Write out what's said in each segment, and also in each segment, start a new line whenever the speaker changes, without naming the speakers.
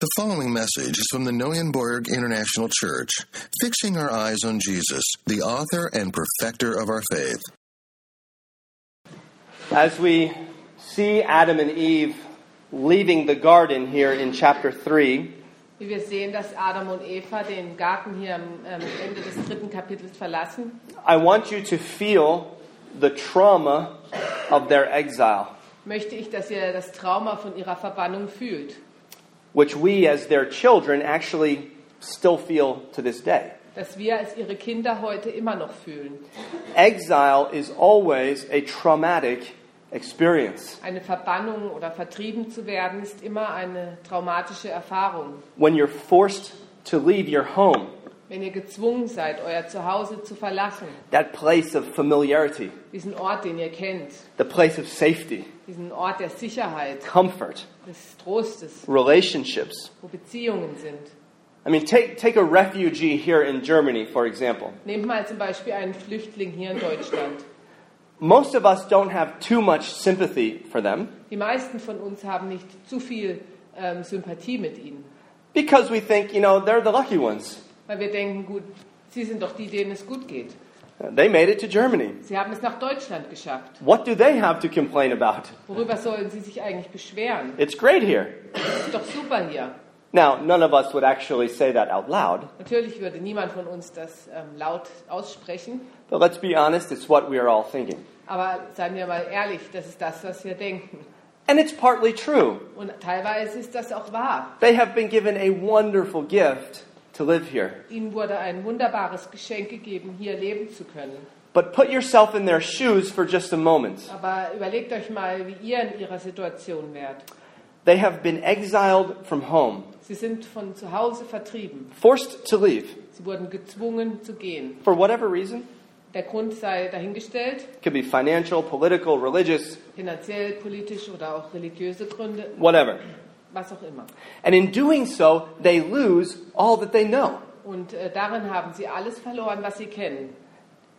The following message is from the Neuenborg International Church, fixing our eyes on Jesus, the author and perfecter of our faith.
As we see Adam and Eve leaving the garden here in chapter 3,
Wie wir sehen, dass Adam und Eva den Garten hier am ähm, Ende des dritten Kapitels verlassen,
I want you to feel the trauma of their exile,
möchte ich, dass ihr das Trauma von ihrer Verbannung fühlt,
which we as their children actually still feel to this day.
das wir als ihre Kinder heute immer noch fühlen.
Exile is always a traumatic experience.
Eine Verbannung oder vertrieben zu werden ist immer eine traumatische Erfahrung.
When you're forced to leave your home,
Wenn ihr gezwungen seid, euer Zuhause zu verlassen,
that place of familiarity,
diesen Ort, den ihr kennt,
the place of safety,
diesen Ort der Sicherheit,
comfort,
des Trostes,
relationships.
wo Beziehungen sind.
I mean, take, take a refugee here in Germany, for example.
Nehmt mal zum Beispiel einen Flüchtling hier in Deutschland.
Most of us don't have too much sympathy for them
Die meisten von uns haben nicht zu viel ähm, Sympathie mit ihnen,
because we think, you know, they're the lucky ones.
weil wir denken, gut, sie sind doch die, denen es gut geht.
They made it to Germany.
Sie haben es nach Deutschland geschafft.
What do they have to complain about?
Worüber sollen sie sich eigentlich beschweren?
It's great here.
Es ist doch super hier.
Now, none of us would actually say that out loud,
Natürlich würde niemand von uns das ähm, laut aussprechen,
but let's be honest, it's what we are all thinking.
aber seien wir mal ehrlich, das ist das, was wir denken.
And it's partly true.
Und teilweise ist das auch wahr.
They have been given a wonderful gift to live here.
Ihnen wurde ein wunderbares Geschenk gegeben, hier leben zu können.
But put yourself in their shoes for just a moment.
Aber überlegt euch mal, wie ihr in ihrer Situation wärt.
They have been exiled from home,
Sie sind von zu Hause vertrieben.
forced to leave
Sie wurden gezwungen zu gehen.
for whatever reason.
Der Grund sei dahingestellt,
It could be financial, political, religious,
finanziell, politisch oder auch religiöse Gründe,
whatever.
was auch immer.
And in doing so, they lose all that they know.
Und äh, darin haben sie alles verloren, was sie kennen.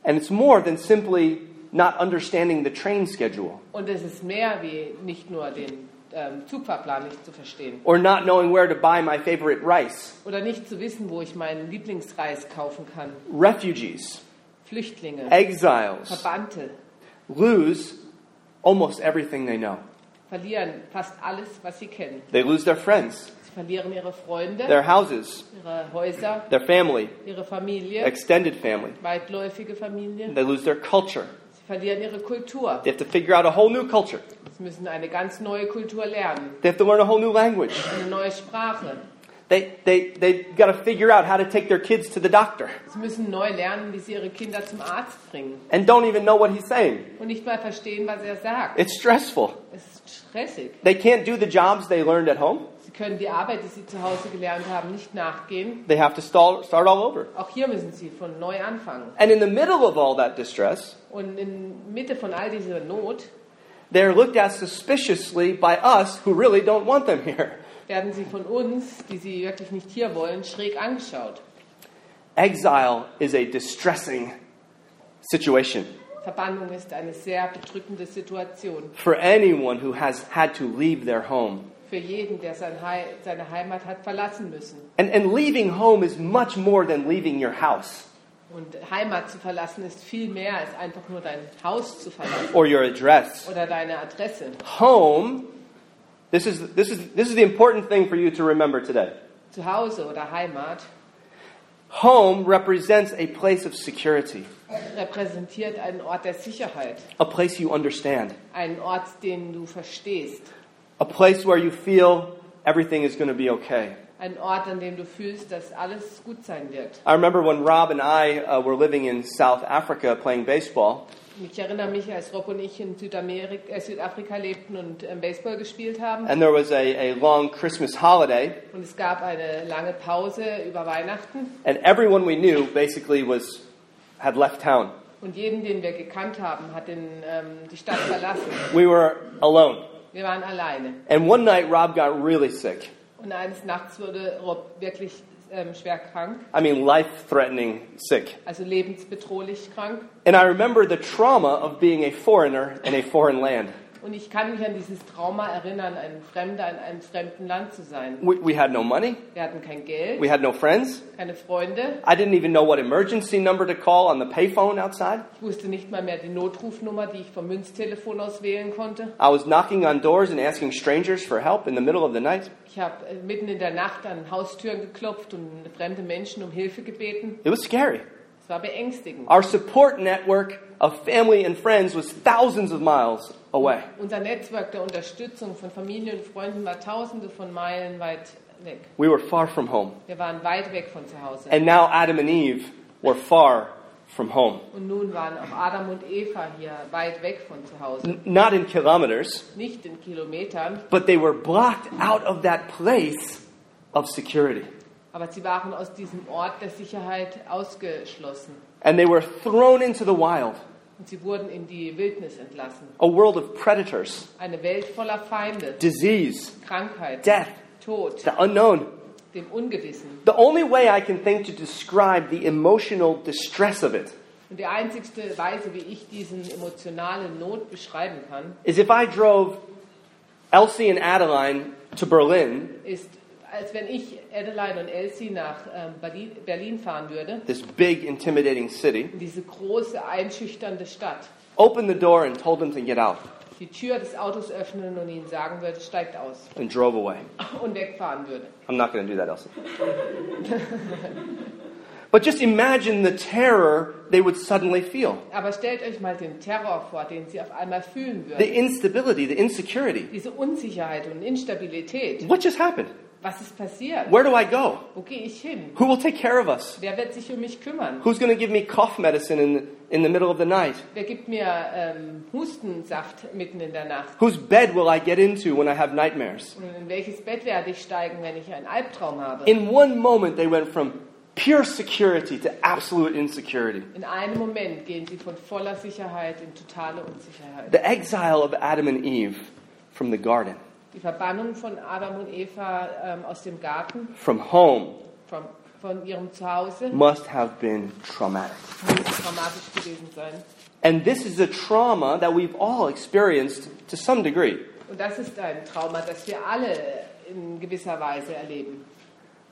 And it's more than simply not understanding the train schedule
Und es ist mehr wie nicht nur den ähm, Zugfahrplan nicht zu verstehen
or not knowing where to buy my favorite rice.
oder nicht zu wissen, wo ich meinen Lieblingsreis kaufen kann.
Refugees,
Flüchtlinge,
exiles
Verbannte
lose almost everything they know.
verlieren fast alles, was sie kennen.
They lose their friends,
Sie verlieren ihre Freunde,
their houses,
ihre Häuser,
their family,
ihre Familie,
extended family.
weitläufige Familie.
They lose their culture.
Sie verlieren ihre Kultur.
They have to figure out a whole new culture.
Sie müssen eine ganz neue Kultur lernen,
They have to learn a whole new language.
eine neue Sprache.
They, they, they've got to figure out how to take their kids to the doctor
Sie müssen neu lernen, wie sie ihre Kinder zum Arzt bringen
and don't even know what he's saying.
und nicht mal verstehen, was er sagt.
It's stressful.
Es ist stressig.
They can't do the jobs they learned at home.
Sie können die Arbeit, die sie zu Hause gelernt haben, nicht nachgehen.
They have to stall, start all over.
Auch hier müssen sie von neu anfangen.
And in the middle of all that distress,
Und in Mitte von all dieser Not
they're looked at suspiciously by us who really don't want them here.
werden sie von uns, die sie wirklich nicht hier wollen, schräg angeschaut.
Exile is a distressing situation
Verbannung ist eine sehr bedrückende Situation
for anyone who has had to leave their home.
für jeden, der sein Hei- seine Heimat hat verlassen müssen.
And, and leaving home is much more than leaving your house
Und Heimat zu verlassen ist viel mehr als einfach nur dein Haus zu verlassen
or your address.
oder deine Adresse.
Home, this is, this is, this is the important thing for you to remember today.
Zu Hause oder Heimat
Home represents a place of security,
repräsentiert einen Ort der Sicherheit,
a place you understand,
einen Ort, den du verstehst,
a place where you feel everything is going to be okay.
einen Ort, an dem du fühlst, dass alles gut sein wird.
I remember when Rob and I uh, were living in South Africa playing baseball,
Und Ich erinnere mich, als Rob und ich in Südamerik äh, Südafrika lebten und ähm, Baseball gespielt haben.
and there was a, a long Christmas holiday,
Und es gab eine lange Pause über Weihnachten.
and everyone we knew basically was, had left town.
Und jeden, den wir gekannt haben, hat den, ähm, die Stadt verlassen.
We were alone.
Wir waren alleine.
And one night, Rob got really sick.
Und eines Nachts wurde Rob wirklich ähm, schwer krank,
I mean, life threatening sick.
also lebensbedrohlich krank.
And I remember the trauma of being a foreigner in a foreign land.
Und ich kann mich an dieses Trauma erinnern, ein Fremder in einem fremden Land zu sein.
We, we had no money.
Wir hatten kein Geld,
We had no friends.
keine Freunde.
I didn't even know what emergency number to call on the payphone outside.
Ich wusste nicht mal mehr die Notrufnummer, die ich vom Münztelefon aus wählen konnte.
I was knocking on doors and asking strangers for help in the middle of the night.
Ich habe äh, mitten in der Nacht an Haustüren geklopft und fremde Menschen um Hilfe gebeten.
It was scary.
Es war beängstigend.
Our support network of family and friends was thousands of miles away.
Unser Netzwerk der Unterstützung von Familie und Freunden war tausende von Meilen weit weg.
We were far from home.
Wir waren weit weg von zu Hause.
And now Adam and Eve were far from home.
Und nun waren auch Adam und Eva hier weit weg von zu Hause.
N- Not in kilometers,
Nicht in Kilometern,
but they were blocked out of that place of security.
aber sie waren aus diesem Ort der Sicherheit ausgeschlossen.
And they were thrown into the wild,
Und sie wurden in die Wildnis entlassen.
a world of predators,
Eine Welt voller Feinde,
disease,
Krankheit,
death,
Tod,
the unknown.
dem Ungewissen.
The only way I can think to describe the emotional distress of it
Und die einzigste Weise, wie ich diesen emotionalen Not beschreiben kann,
is if I drove Elsie and Adeline to Berlin,
ist, als wenn ich Adeline und Elsie nach ähm, Berlin- Berlin fahren würde,
this big, intimidating city,
in diese große, einschüchternde Stadt,
opened the door and told them to get out
die Tür des Autos öffnen und ihnen sagen würde, steigt aus
and drove away.
und wegfahren würde.
I'm not going to do that, Elsie. but just imagine the terror they would suddenly feel
Aber stellt euch mal den Terror vor, den sie auf einmal fühlen
the
würden.
instability, the insecurity.
Diese Unsicherheit und Instabilität.
What just happened?
Was ist passiert?
Where do I go?
Wo gehe ich hin?
Who will take care of us?
Wer wird sich um mich kümmern?
Who's going to give me cough medicine in the, in the middle of the night?
Wer gibt mir ähm, Hustensaft mitten in der Nacht?
Whose bed will I get into when I have nightmares?
Und in welches Bett werde ich steigen, wenn ich einen Albtraum habe?
In one moment, they went from pure security to absolute insecurity.
In einem Moment gehen sie von voller Sicherheit in totale Unsicherheit.
The exile of Adam and Eve from the garden,
Die Verbannung von Adam und Eva ähm, aus dem Garten,
from home,
von, von ihrem Zuhause,
must have been traumatic.
muss dramatisch gewesen sein.
And this is a trauma that we've all experienced to some degree.
Und das ist ein Trauma, das wir alle in gewisser Weise erleben.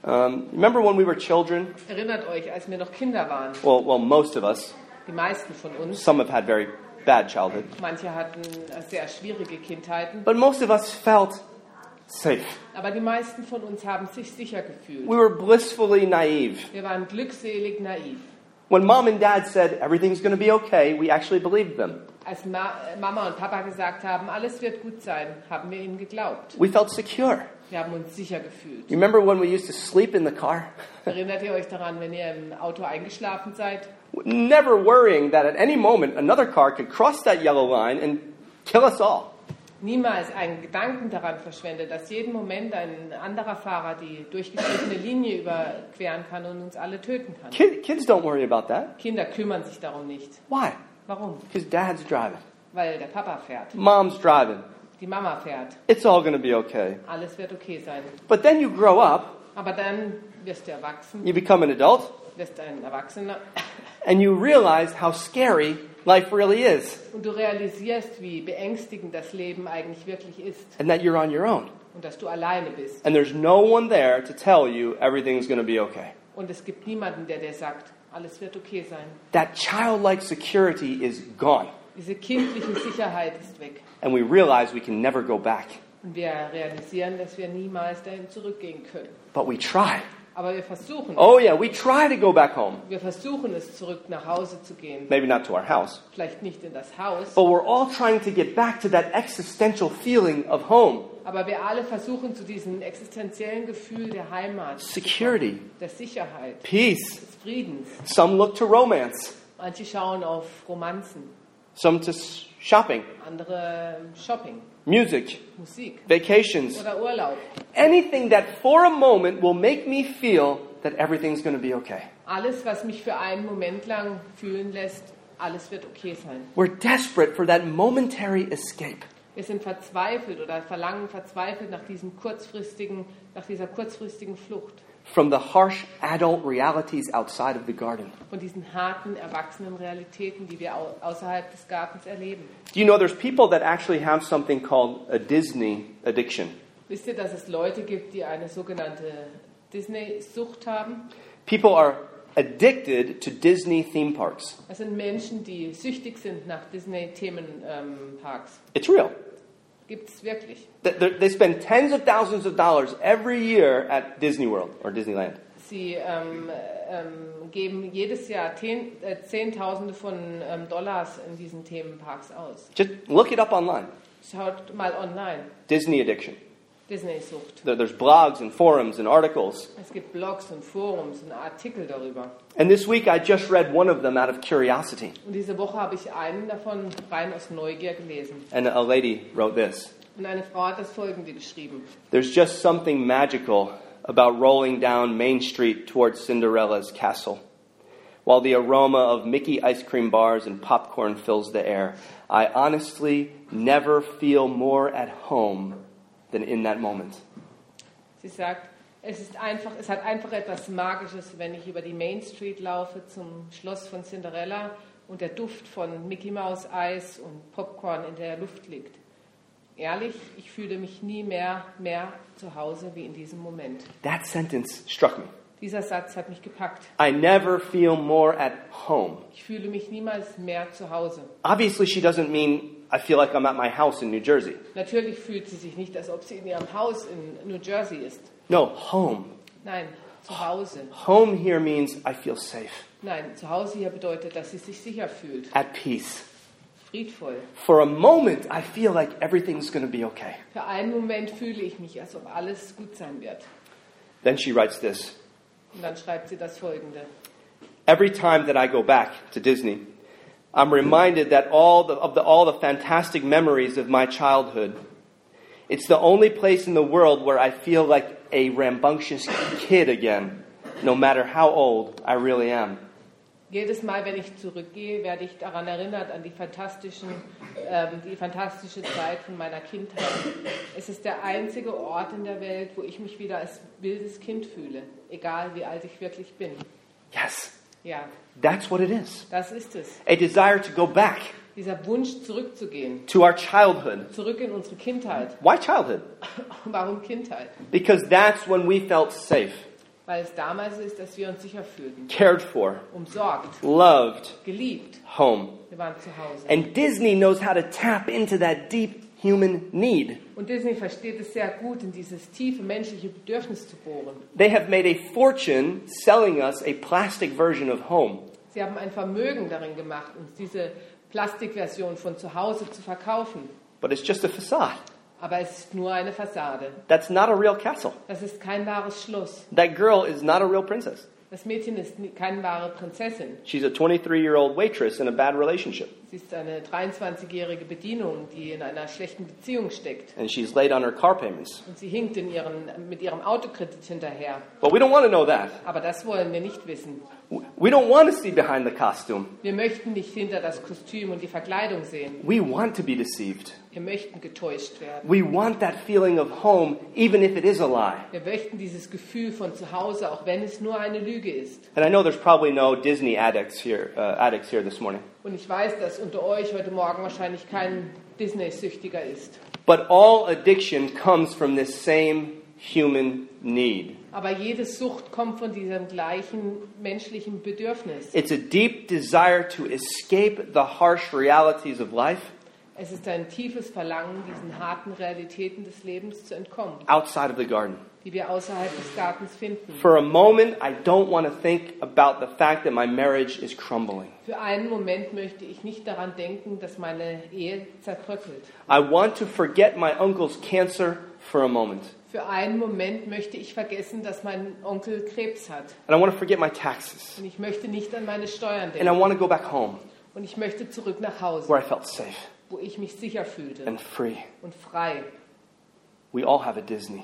Um, remember when we were children?
Erinnert euch, als wir noch Kinder waren,
Well, well, most of us.
die meisten von uns,
Some have had very bad childhood.
manche hatten äh, sehr schwierige Kindheiten,
But most of us felt safe.
aber die meisten von uns haben sich sicher gefühlt.
We were blissfully naive.
Wir waren glückselig naiv.
When mom and dad said everything's going to be okay, we actually believed them.
Als Ma äh, Mama und Papa gesagt haben, alles wird gut sein, haben wir ihnen geglaubt.
We felt secure.
Wir haben uns sicher gefühlt.
You remember when we used to sleep in the car?
Erinnert ihr euch daran, wenn ihr im Auto eingeschlafen seid?
Never worrying that at any moment another car could cross that yellow line and kill us all.
niemals einen Gedanken daran verschwendet, dass jeden Moment ein anderer Fahrer die durchgeschnittene Linie überqueren kann und uns alle töten kann.
Kid, kids don't worry about that.
Kinder kümmern sich darum nicht.
Why?
Warum?
Because dad's driving,
Weil der Papa fährt,
mom's driving.
die Mama fährt,
It's all going to be okay.
alles wird okay sein.
But then you grow up,
Aber dann wirst du erwachsen,
you become an adult,
wirst ein Erwachsener
and you realize how scary life really is
und du realisierst, wie beängstigend das Leben eigentlich wirklich ist
and that you're on your own.
und dass du alleine bist.
And there's no one there to tell you everything's going to be okay.
Und es gibt niemanden, der dir sagt, alles wird okay sein.
That childlike security is gone,
Diese kindliche Sicherheit ist weg.
and we realize we can never go back.
Und wir realisieren, dass wir niemals dahin zurückgehen können.
But we try.
Aber wir versuchen,
Oh, yeah, we try to go back home.
wir versuchen es zurück nach Hause zu gehen.
Maybe not to our house.
Vielleicht nicht in das Haus,
But we're all trying to get back to that existential feeling of home
aber wir alle versuchen zu diesem existenziellen Gefühl der Heimat, zu
security,
kommen, der Sicherheit,
peace.
des Friedens.
Some look to romance,
Manche schauen auf Romanzen,
some to s- shopping,
andere Shopping,
music,
Musik
vacations,
oder Urlaub.
anything that for a moment will make me feel that everything's going to be okay.
Alles, was mich für einen Moment lang fühlen lässt, alles wird okay sein.
We're desperate for that momentary escape.
Wir sind verzweifelt oder verlangen verzweifelt nach diesem kurzfristigen, nach dieser kurzfristigen Flucht.
from the harsh adult realities outside of the garden.
von diesen harten, erwachsenen Realitäten, die wir au- außerhalb des Gartens erleben.
Do you know there's people that actually have something called a Disney addiction?
Wisst ihr, dass es Leute gibt, die eine sogenannte Disney-Sucht haben?
People are addicted to Disney theme parks.
Das sind Menschen, die süchtig sind nach Disney-Themenparks.
It's real.
Gibt es wirklich.
Th- th- They spend tens of thousands of dollars every year at Disney World or Disneyland.
Sie ähm, ähm, geben jedes Jahr ten, äh, Zehntausende von ähm, Dollars in diesen Themenparks aus.
Just look it up online
Schaut mal online,
Disney addiction.
Disney-Sucht.
There- There's blogs and forums and articles.
Es gibt Blogs und Forums und Artikel darüber.
And this week I just read one of them out of curiosity.
Und diese Woche habe ich einen davon rein aus Neugier gelesen.
And a lady wrote this
Und eine Frau hat das folgende geschrieben.
There's just something magical about rolling down Main Street towards Cinderella's castle. While the aroma of Mickey ice cream bars and popcorn fills the air, I honestly never feel more at home than in that moment.
Sie sagt, es, ist einfach, es hat einfach etwas Magisches, wenn ich über die Main Street laufe zum Schloss von Cinderella und der Duft von Mickey Mouse Eis und Popcorn in der Luft liegt. Ehrlich, ich fühle mich nie mehr mehr zu Hause wie in diesem Moment.
That sentence struck me.
Dieser Satz hat mich gepackt.
I never feel more at home.
Ich fühle mich niemals mehr zu Hause.
Obviously, she doesn't mean I feel like I'm at my house in New Jersey.
Natürlich fühlt sie sich nicht, als ob sie in ihrem Haus in New Jersey ist.
No, home.
Nein, zu Hause.
Home here means I feel safe,
Nein, zu Hause hier bedeutet, dass sie sich sicher fühlt,
at peace.
friedvoll.
For a moment, I feel like everything's going to be okay.
Für einen Moment fühle ich mich, als ob alles gut sein wird.
Then she writes this
Und dann schreibt sie das folgende.
Every time that I go back to Disney, I'm reminded that all the, of the, all the fantastic memories of my childhood. It's the only place in the world where I feel like a rambunctious kid again, no matter how old I really am.
Jedes Mal, wenn ich zurückgehe, werde ich daran erinnert, an die, fantastischen, ähm, die fantastische Zeit von meiner Kindheit. Es ist der einzige Ort in der Welt, wo ich mich wieder als wildes Kind fühle, egal wie alt ich wirklich bin.
Yes,
Ja,
that's what it is.
das ist es.
A desire to go back
Dieser Wunsch, zurückzugehen.
to our childhood.
Zurück in unsere Kindheit.
Why childhood?
Warum Kindheit?
Because that's when we felt safe,
Weil es damals ist, dass wir uns sicher fühlten.
cared for,
Umsorgt,
loved,
geliebt.
home.
Wir waren zu Hause.
And Disney knows how to tap into that deep human need.
Und Disney versteht es sehr gut, in dieses tiefe menschliche Bedürfnis zu bohren.
They have made a fortune selling us a plastic version of home.
Sie haben ein Vermögen darin gemacht, uns diese Plastikversion von zu Hause zu verkaufen.
But it's just a facade.
Aber es ist nur eine Fassade.
That's not a real castle.
Das ist kein wahres Schloss.
That girl is not a real princess.
Das Mädchen ist nie- keine wahre Prinzessin.
She's a 23 year old waitress in a bad relationship,
Sie ist eine 23-jährige Bedienung, die in einer schlechten Beziehung steckt.
and she's late on her car payments.
Und sie hinkt in ihren, mit ihrem Autokredit hinterher.
But we don't want to know that.
Aber das wollen wir nicht wissen.
W- We don't want to see behind the costume.
Wir möchten nicht hinter das Kostüm und die Verkleidung sehen.
We want to be deceived.
Wir möchten getäuscht werden.
We want that feeling of home, even if it is a lie.
Wir möchten dieses Gefühl von zu Hause, auch wenn es nur eine Lüge ist.
And I know there's probably no Disney addicts here, uh, addicts here this morning.
Und ich weiß, dass unter euch heute Morgen wahrscheinlich kein Disney-Süchtiger ist.
But all addiction comes from this same human need.
Aber jede Sucht kommt von diesem gleichen menschlichen Bedürfnis.
It's a deep desire to escape the harsh realities of life
Es ist ein tiefes Verlangen, diesen harten Realitäten des Lebens zu entkommen,
outside of the garden.
die wir außerhalb des Gartens finden.
For a moment, I don't want to think about the fact that my marriage is crumbling.
Für einen Moment möchte ich nicht daran denken, dass meine Ehe zerbröckelt.
I want to forget my uncle's cancer for a moment.
Für einen Moment möchte ich vergessen, dass mein Onkel Krebs hat.
And I want to forget my taxes.
Und ich möchte nicht an meine Steuern denken.
And I want to go back home
Und ich möchte zurück nach Hause,
where I felt safe
wo ich mich sicher fühlte
and free.
und frei.
We all have a Disney,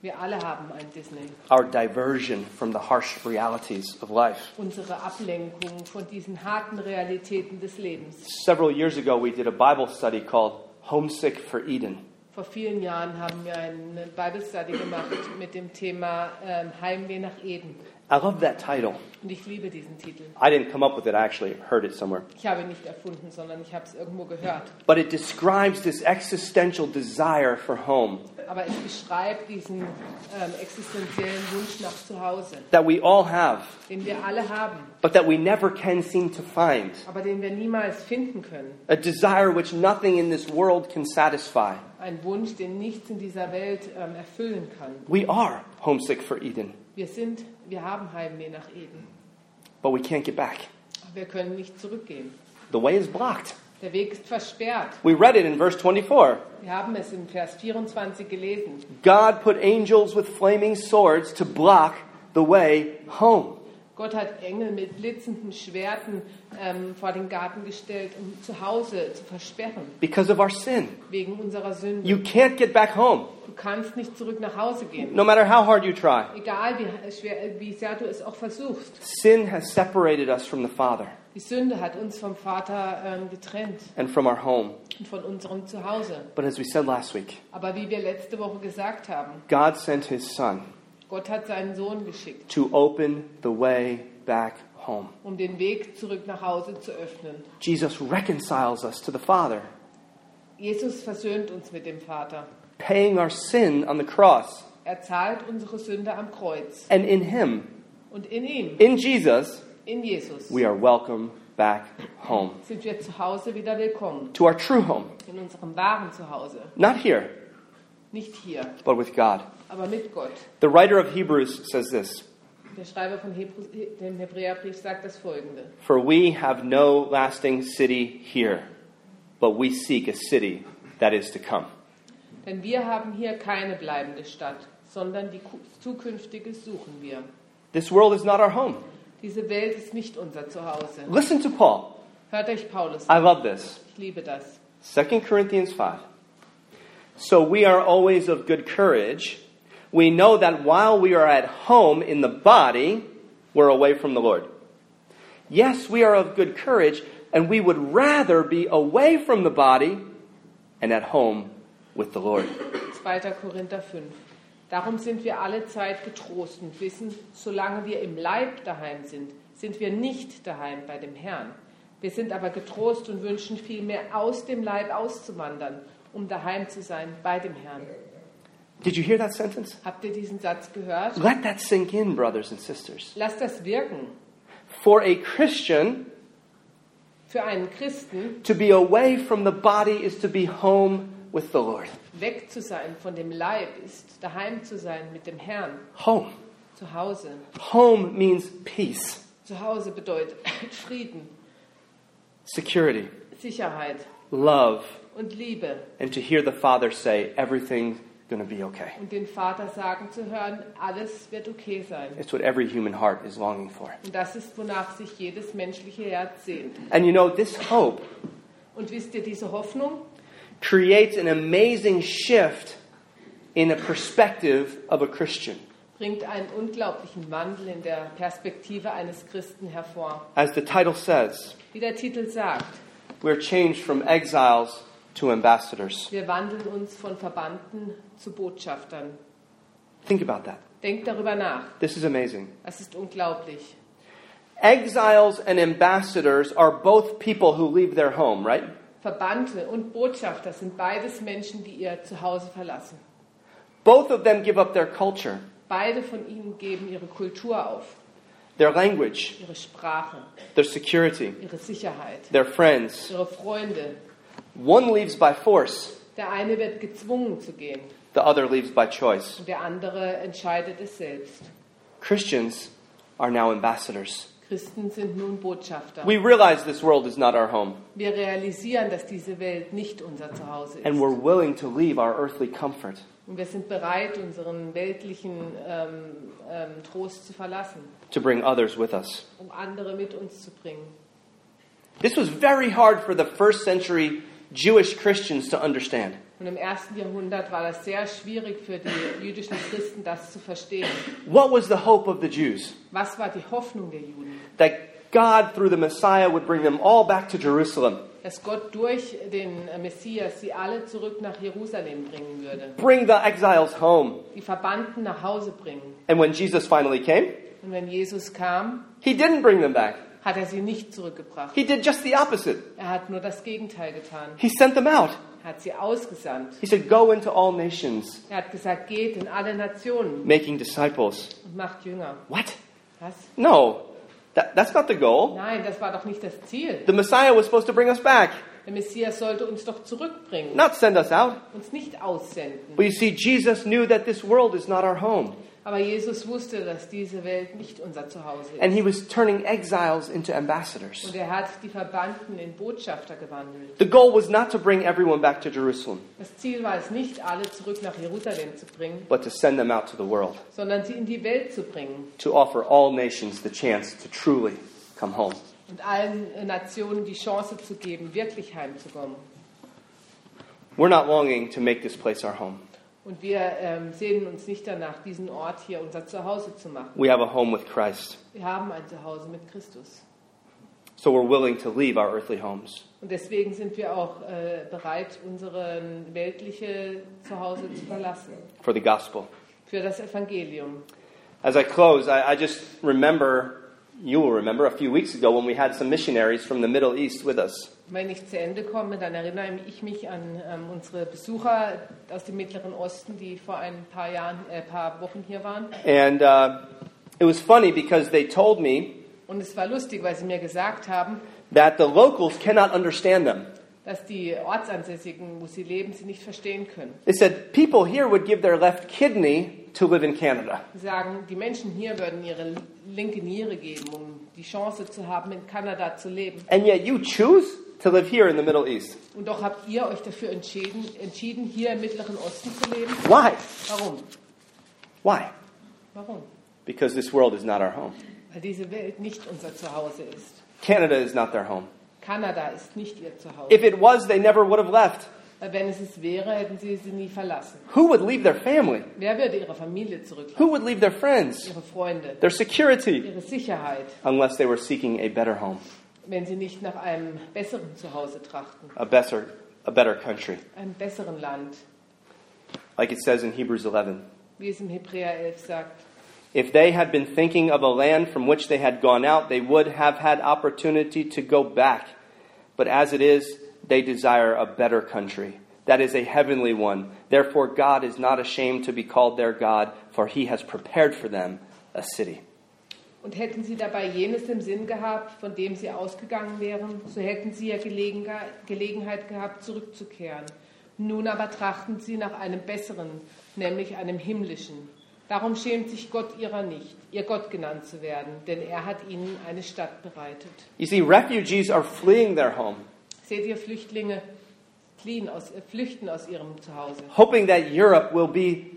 Wir alle haben ein Disney.
our diversion from the harsh realities of life.
Unsere Ablenkung von diesen harten Realitäten des Lebens.
Several years ago, we did a Bible study called Homesick for Eden.
Vor vielen Jahren haben wir eine Bible Study gemacht mit dem Thema ähm, Heimweh nach Eden.
I love that title.
Und ich liebe diesen Titel.
I didn't come up with it, I actually heard it somewhere.
Ich habe ihn nicht erfunden, sondern ich habe es irgendwo gehört.
But it describes this existential desire for home
Aber es beschreibt diesen ähm, existenziellen Wunsch nach Zuhause,
that we all have,
den wir alle haben,
but that we never can seem to find.
aber den wir niemals finden können.
A desire which nothing in this world can satisfy.
Ein Wunsch, den nichts in dieser Welt ähm, erfüllen kann.
We are homesick for Eden,
Wir sind, wir haben Heimweh nach Eden.
but we can't get back.
Aber wir können nicht zurückgehen.
The way is blocked.
Der Weg ist versperrt.
We read it in verse 24.
Wir haben es im Vers 24 gelesen.
God put angels with flaming swords to block the way home.
Gott hat Engel mit blitzenden Schwerten ähm, vor den Garten gestellt, um zu Hause zu versperren,
Because of our sin,
wegen unserer Sünde.
you can't get back home,
Du kannst nicht zurück nach Hause gehen.
no matter how hard you try.
Egal wie, schwer, wie sehr du es auch versuchst.
Sin has separated us from the Father
Die Sünde hat uns vom Vater ähm, getrennt
and from our home.
und von unserem Zuhause.
But as we said last week,
Aber wie wir letzte Woche gesagt haben,
God sent His Son
Gott hat seinen Sohn geschickt,
to open the way back home.
um den Weg zurück nach Hause zu öffnen.
Jesus reconciles us to the Father,
Jesus versöhnt uns mit dem Vater.
paying our sin on the cross.
Er zahlt unsere Sünde am Kreuz.
And in Him,
Und in ihm,
in Jesus,
in Jesus,
we are welcome back home
sind wir zu Hause wieder willkommen.
to our true home,
In unserem wahren Zuhause.
not here,
Nicht hier,
but with God.
aber mit Gott.
The writer of Hebrews says this
Der Schreiber von Hebr dem Hebräerbrief sagt das folgende.
For we have no lasting city here, but we seek a city that is to come.
Denn wir haben hier keine bleibende Stadt, sondern die ku- zukünftige suchen wir.
This world is not our home.
Diese Welt ist nicht unser Zuhause.
Listen to Paul.
Hört euch Paulus an.
I love this.
Ich liebe das.
2 Corinthians 5. So we are always of good courage. We know that while we are at home in the body, we're away from the Lord. Yes, we are of good courage, and we would rather be away from the body and at home with the Lord.
2. Korinther 5. Darum sind wir alle Zeit getrost und wissen, solange wir im Leib daheim sind, sind wir nicht daheim bei dem Herrn. Wir sind aber getrost und wünschen vielmehr aus dem Leib auszuwandern, um daheim zu sein bei dem Herrn.
Did you hear that sentence?
Habt ihr diesen Satz gehört?
Let that sink in, brothers and sisters.
Lasst das wirken.
For a Christian,
Für einen Christen,
to be away from the body is to be home with the Lord.
weg zu sein von dem Leib ist daheim zu sein mit dem Herrn,
Home.
zu Hause.
Home means peace,
Zu Hause bedeutet Frieden,
security,
Sicherheit
love,
und Liebe.
and to hear the Father say, everything's going to be okay.
Und den Vater sagen zu hören, alles wird okay sein.
It's what every human heart is longing for.
Und das ist, wonach sich jedes menschliche Herz sehnt.
And you know, this hope
Und wisst ihr, diese Hoffnung
creates an amazing shift in the perspective of a Christian.
bringt einen unglaublichen Wandel in der Perspektive eines Christen hervor.
As the title says,
Wie der Titel sagt,
we're changed from exiles to ambassadors.
wir wandeln uns von Verbannten zu Botschaftern.
Think about that.
Denkt darüber nach.
This is amazing.
Das ist unglaublich.
Exiles and ambassadors are both people who leave their home, right?
Verbannte und Botschafter sind beides Menschen, die ihr Zuhause verlassen.
Both of them give up their culture,
Beide von ihnen geben ihre Kultur auf,
their language,
ihre Sprache,
their security,
ihre Sicherheit,
their friends.
ihre Freunde,
One leaves by force,
Der eine wird gezwungen zu gehen
the other leaves by choice.
und der andere entscheidet es selbst.
Christians are now ambassadors.
Christen sind nun Botschafter.
We realize this world is not our home,
Wir realisieren, dass diese Welt nicht unser Zuhause ist.
and we're willing to leave our earthly comfort.
Und wir sind bereit, unseren weltlichen ähm, ähm, Trost zu verlassen,
To bring others with us.
um andere mit uns zu bringen.
This was very hard for the first century Jewish Christians to understand.
Und im ersten Jahrhundert war das sehr schwierig für die jüdischen Christen, das zu verstehen.
What was the hope of the Jews?
Was war die Hoffnung der Juden?
that God, through the Messiah, would bring them all back to Jerusalem.
dass Gott durch den Messias sie alle zurück nach Jerusalem bringen würde,
bring the exiles home.
die Verbannten nach Hause bringen.
And when Jesus finally came,
Und wenn Jesus kam,
he didn't bring them back.
hat er sie nicht zurückgebracht.
He did just the opposite.
Er hat nur das Gegenteil getan.
He sent them out.
Er hat sie ausgesandt.
He said, Go into all nations,
Er hat gesagt, geht in alle Nationen
making disciples.
und macht Jünger.
What?
Was?
No, that, that's not the goal.
Nein, das war doch nicht das Ziel.
The Messiah was supposed to bring us back,
Der Messias sollte uns doch zurückbringen,
not send us out.
uns nicht aussenden.
But you see, Jesus knew that this world is not our home,
Aber Jesus wusste, dass diese Welt nicht unser Zuhause ist.
and he was turning exiles into ambassadors.
Und er hat die Verbannten in Botschafter gewandelt.
The goal was not to bring everyone back to Jerusalem,
Das Ziel war es nicht, alle zurück nach Jerusalem zu bringen,
but to send them out to the world,
sondern sie in die Welt zu bringen
to offer all nations the chance to truly come home.
und allen äh, Nationen die Chance zu geben, wirklich heimzukommen.
We're not longing to make this place our home.
Und wir ähm, sehnen uns nicht danach, diesen Ort hier unser Zuhause zu machen.
We have a home with Christ,
Wir haben ein Zuhause mit Christus.
so we're willing to leave our earthly homes.
Und deswegen sind wir auch äh, bereit, unsere weltliche Zuhause zu verlassen
for the gospel.
für das Evangelium.
As I close, I, I just remember, you will remember, a few weeks ago when we had some missionaries from the Middle East with us.
Wenn ich zu Ende komme, dann erinnere ich mich an ähm, unsere Besucher aus dem Mittleren Osten, die vor ein paar Jahren, äh, paar Wochen hier waren.
And uh, it was funny because they told me
Und es war lustig, weil sie mir gesagt haben,
that the locals cannot understand them.
dass die Ortsansässigen, wo sie leben, sie nicht verstehen können.
They said people here would give their left kidney to live in Canada.
Sie sagen, die Menschen hier würden ihre linke Niere geben, um die Chance zu haben, in Kanada zu leben.
And yet you choose to live here in the Middle East.
Und doch habt ihr euch dafür entschieden, entschieden hier im Mittleren Osten zu leben.
Why?
Warum?
Why?
Warum?
Because this world is not our home.
Weil diese Welt nicht unser Zuhause ist.
Canada is not their home.
Kanada ist nicht ihr Zuhause.
If it was, they never would have left.
Wenn es es wäre, hätten sie sie nie verlassen.
Who would leave their family?
Wer würde ihre Familie zurücklassen?
Who would leave their friends?
Ihre Freunde,
Their security?
ihre Sicherheit,
unless they were seeking a better home,
wenn sie nicht nach einem besseren Zuhause trachten,
a better, a better country,
einem besseren Land,
like it says in Hebrews 11.
wie es im Hebräer 11 sagt.
If they had been thinking of a land from which they had gone out, they would have had opportunity to go back. But as it is, they desire a better country. That is a heavenly one. Therefore, God is not ashamed to be called their God, for he has prepared for them a city.
Und hätten sie dabei jenes im Sinn gehabt, von dem sie ausgegangen wären, so hätten sie ja Gelegenga- Gelegenheit gehabt, zurückzukehren. Nun aber trachten sie nach einem besseren, nämlich einem himmlischen. Darum schämt sich Gott ihrer nicht, ihr Gott genannt zu werden, denn er hat ihnen eine Stadt bereitet.
You see, refugees are fleeing their home,
Seht ihr Flüchtlinge fliehen aus, äh, flüchten aus ihrem Zuhause
hoping that Europe will be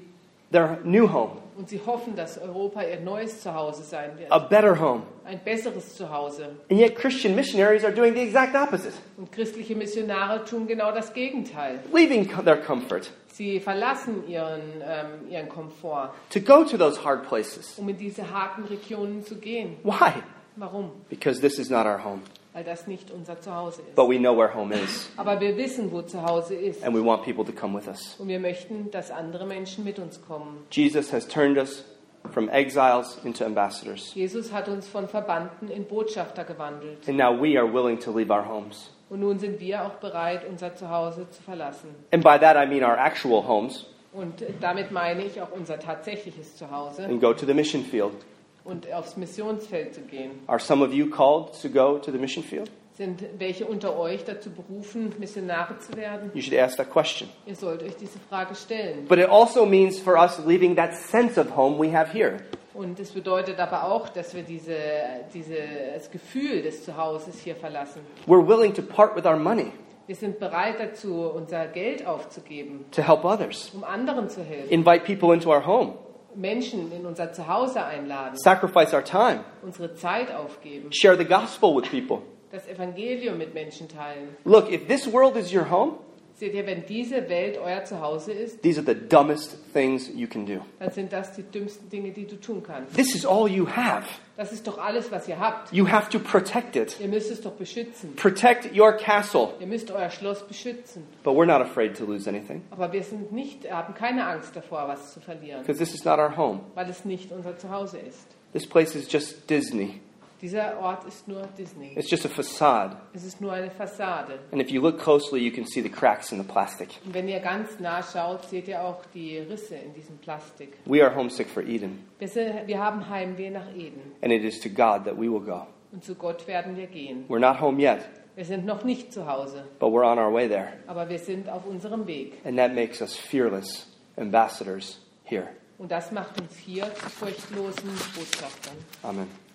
their new home,
und sie hoffen, dass Europa ihr neues Zuhause sein wird,
a better home.
ein besseres Zuhause.
And yet, Christian missionaries are doing the exact opposite,
Und christliche Missionare tun genau das Gegenteil.
leaving co- their comfort
Sie verlassen ihren, ähm, ihren Komfort,
to go to those hard places.
um in diese harten Regionen zu gehen.
Why?
Warum?
Because this is not our home,
Weil das nicht unser Zuhause ist.
but we know where home is,
Aber wir wissen, wo Zuhause ist.
and we want people to come with us.
Und wir möchten, dass andere Menschen mit uns kommen.
Jesus has turned us from exiles into ambassadors,
Jesus hat uns von Verbannten in Botschafter gewandelt.
and now we are willing to leave our homes.
Und nun sind wir auch bereit, unser Zuhause zu verlassen.
And by that, I mean our actual homes,
Und damit meine ich auch unser tatsächliches Zuhause
and go to the mission field.
und aufs Missionsfeld zu gehen.
Are some of you called to go to the mission field?
Sind welche unter euch dazu berufen, Missionare zu werden?
You should ask that question.
Ihr sollt euch diese Frage stellen.
But it also means for us leaving that sense of home we have here.
Und es bedeutet aber auch, dass wir diese, dieses Gefühl des Zuhauses hier verlassen.
We're willing to part with our money
Wir sind bereit dazu, unser Geld aufzugeben,
to help others,
um anderen zu helfen,
invite people into our home,
Menschen in unser Zuhause einladen,
sacrifice our time,
unsere Zeit aufgeben,
share the gospel with people.
das Evangelium mit Menschen teilen.
Look, if this world is your home,
Seht ihr, wenn diese Welt euer Zuhause ist,
These are the dumbest things you can do.
dann sind das die dümmsten Dinge, die du tun kannst.
This is all you have.
Das ist doch alles, was ihr habt.
You have to protect it.
Ihr müsst es doch beschützen.
Protect your castle.
Ihr müsst euer Schloss beschützen.
But we're not afraid to lose anything
Aber wir sind nicht, haben keine Angst davor, was zu verlieren,
because this is not our home.
weil es nicht unser Zuhause ist.
This place is just Disney.
Dieser Ort ist nur Disney.
It's just a facade.
Es ist nur eine Fassade.
And if you look closely, you can see the cracks in the plastic.
Und wenn ihr ganz nah schaut, seht ihr auch die Risse in diesem Plastik.
We are homesick for Eden,
Wir, sind, wir haben Heimweh nach Eden.
and it is to God that we will go.
Und zu Gott werden wir gehen.
We're not home yet,
Wir sind noch nicht zu Hause,
but we're on our way there.
aber wir sind auf unserem Weg.
And that makes us fearless ambassadors here.
Und das macht uns hier zu furchtlosen Botschaftern.
Amen.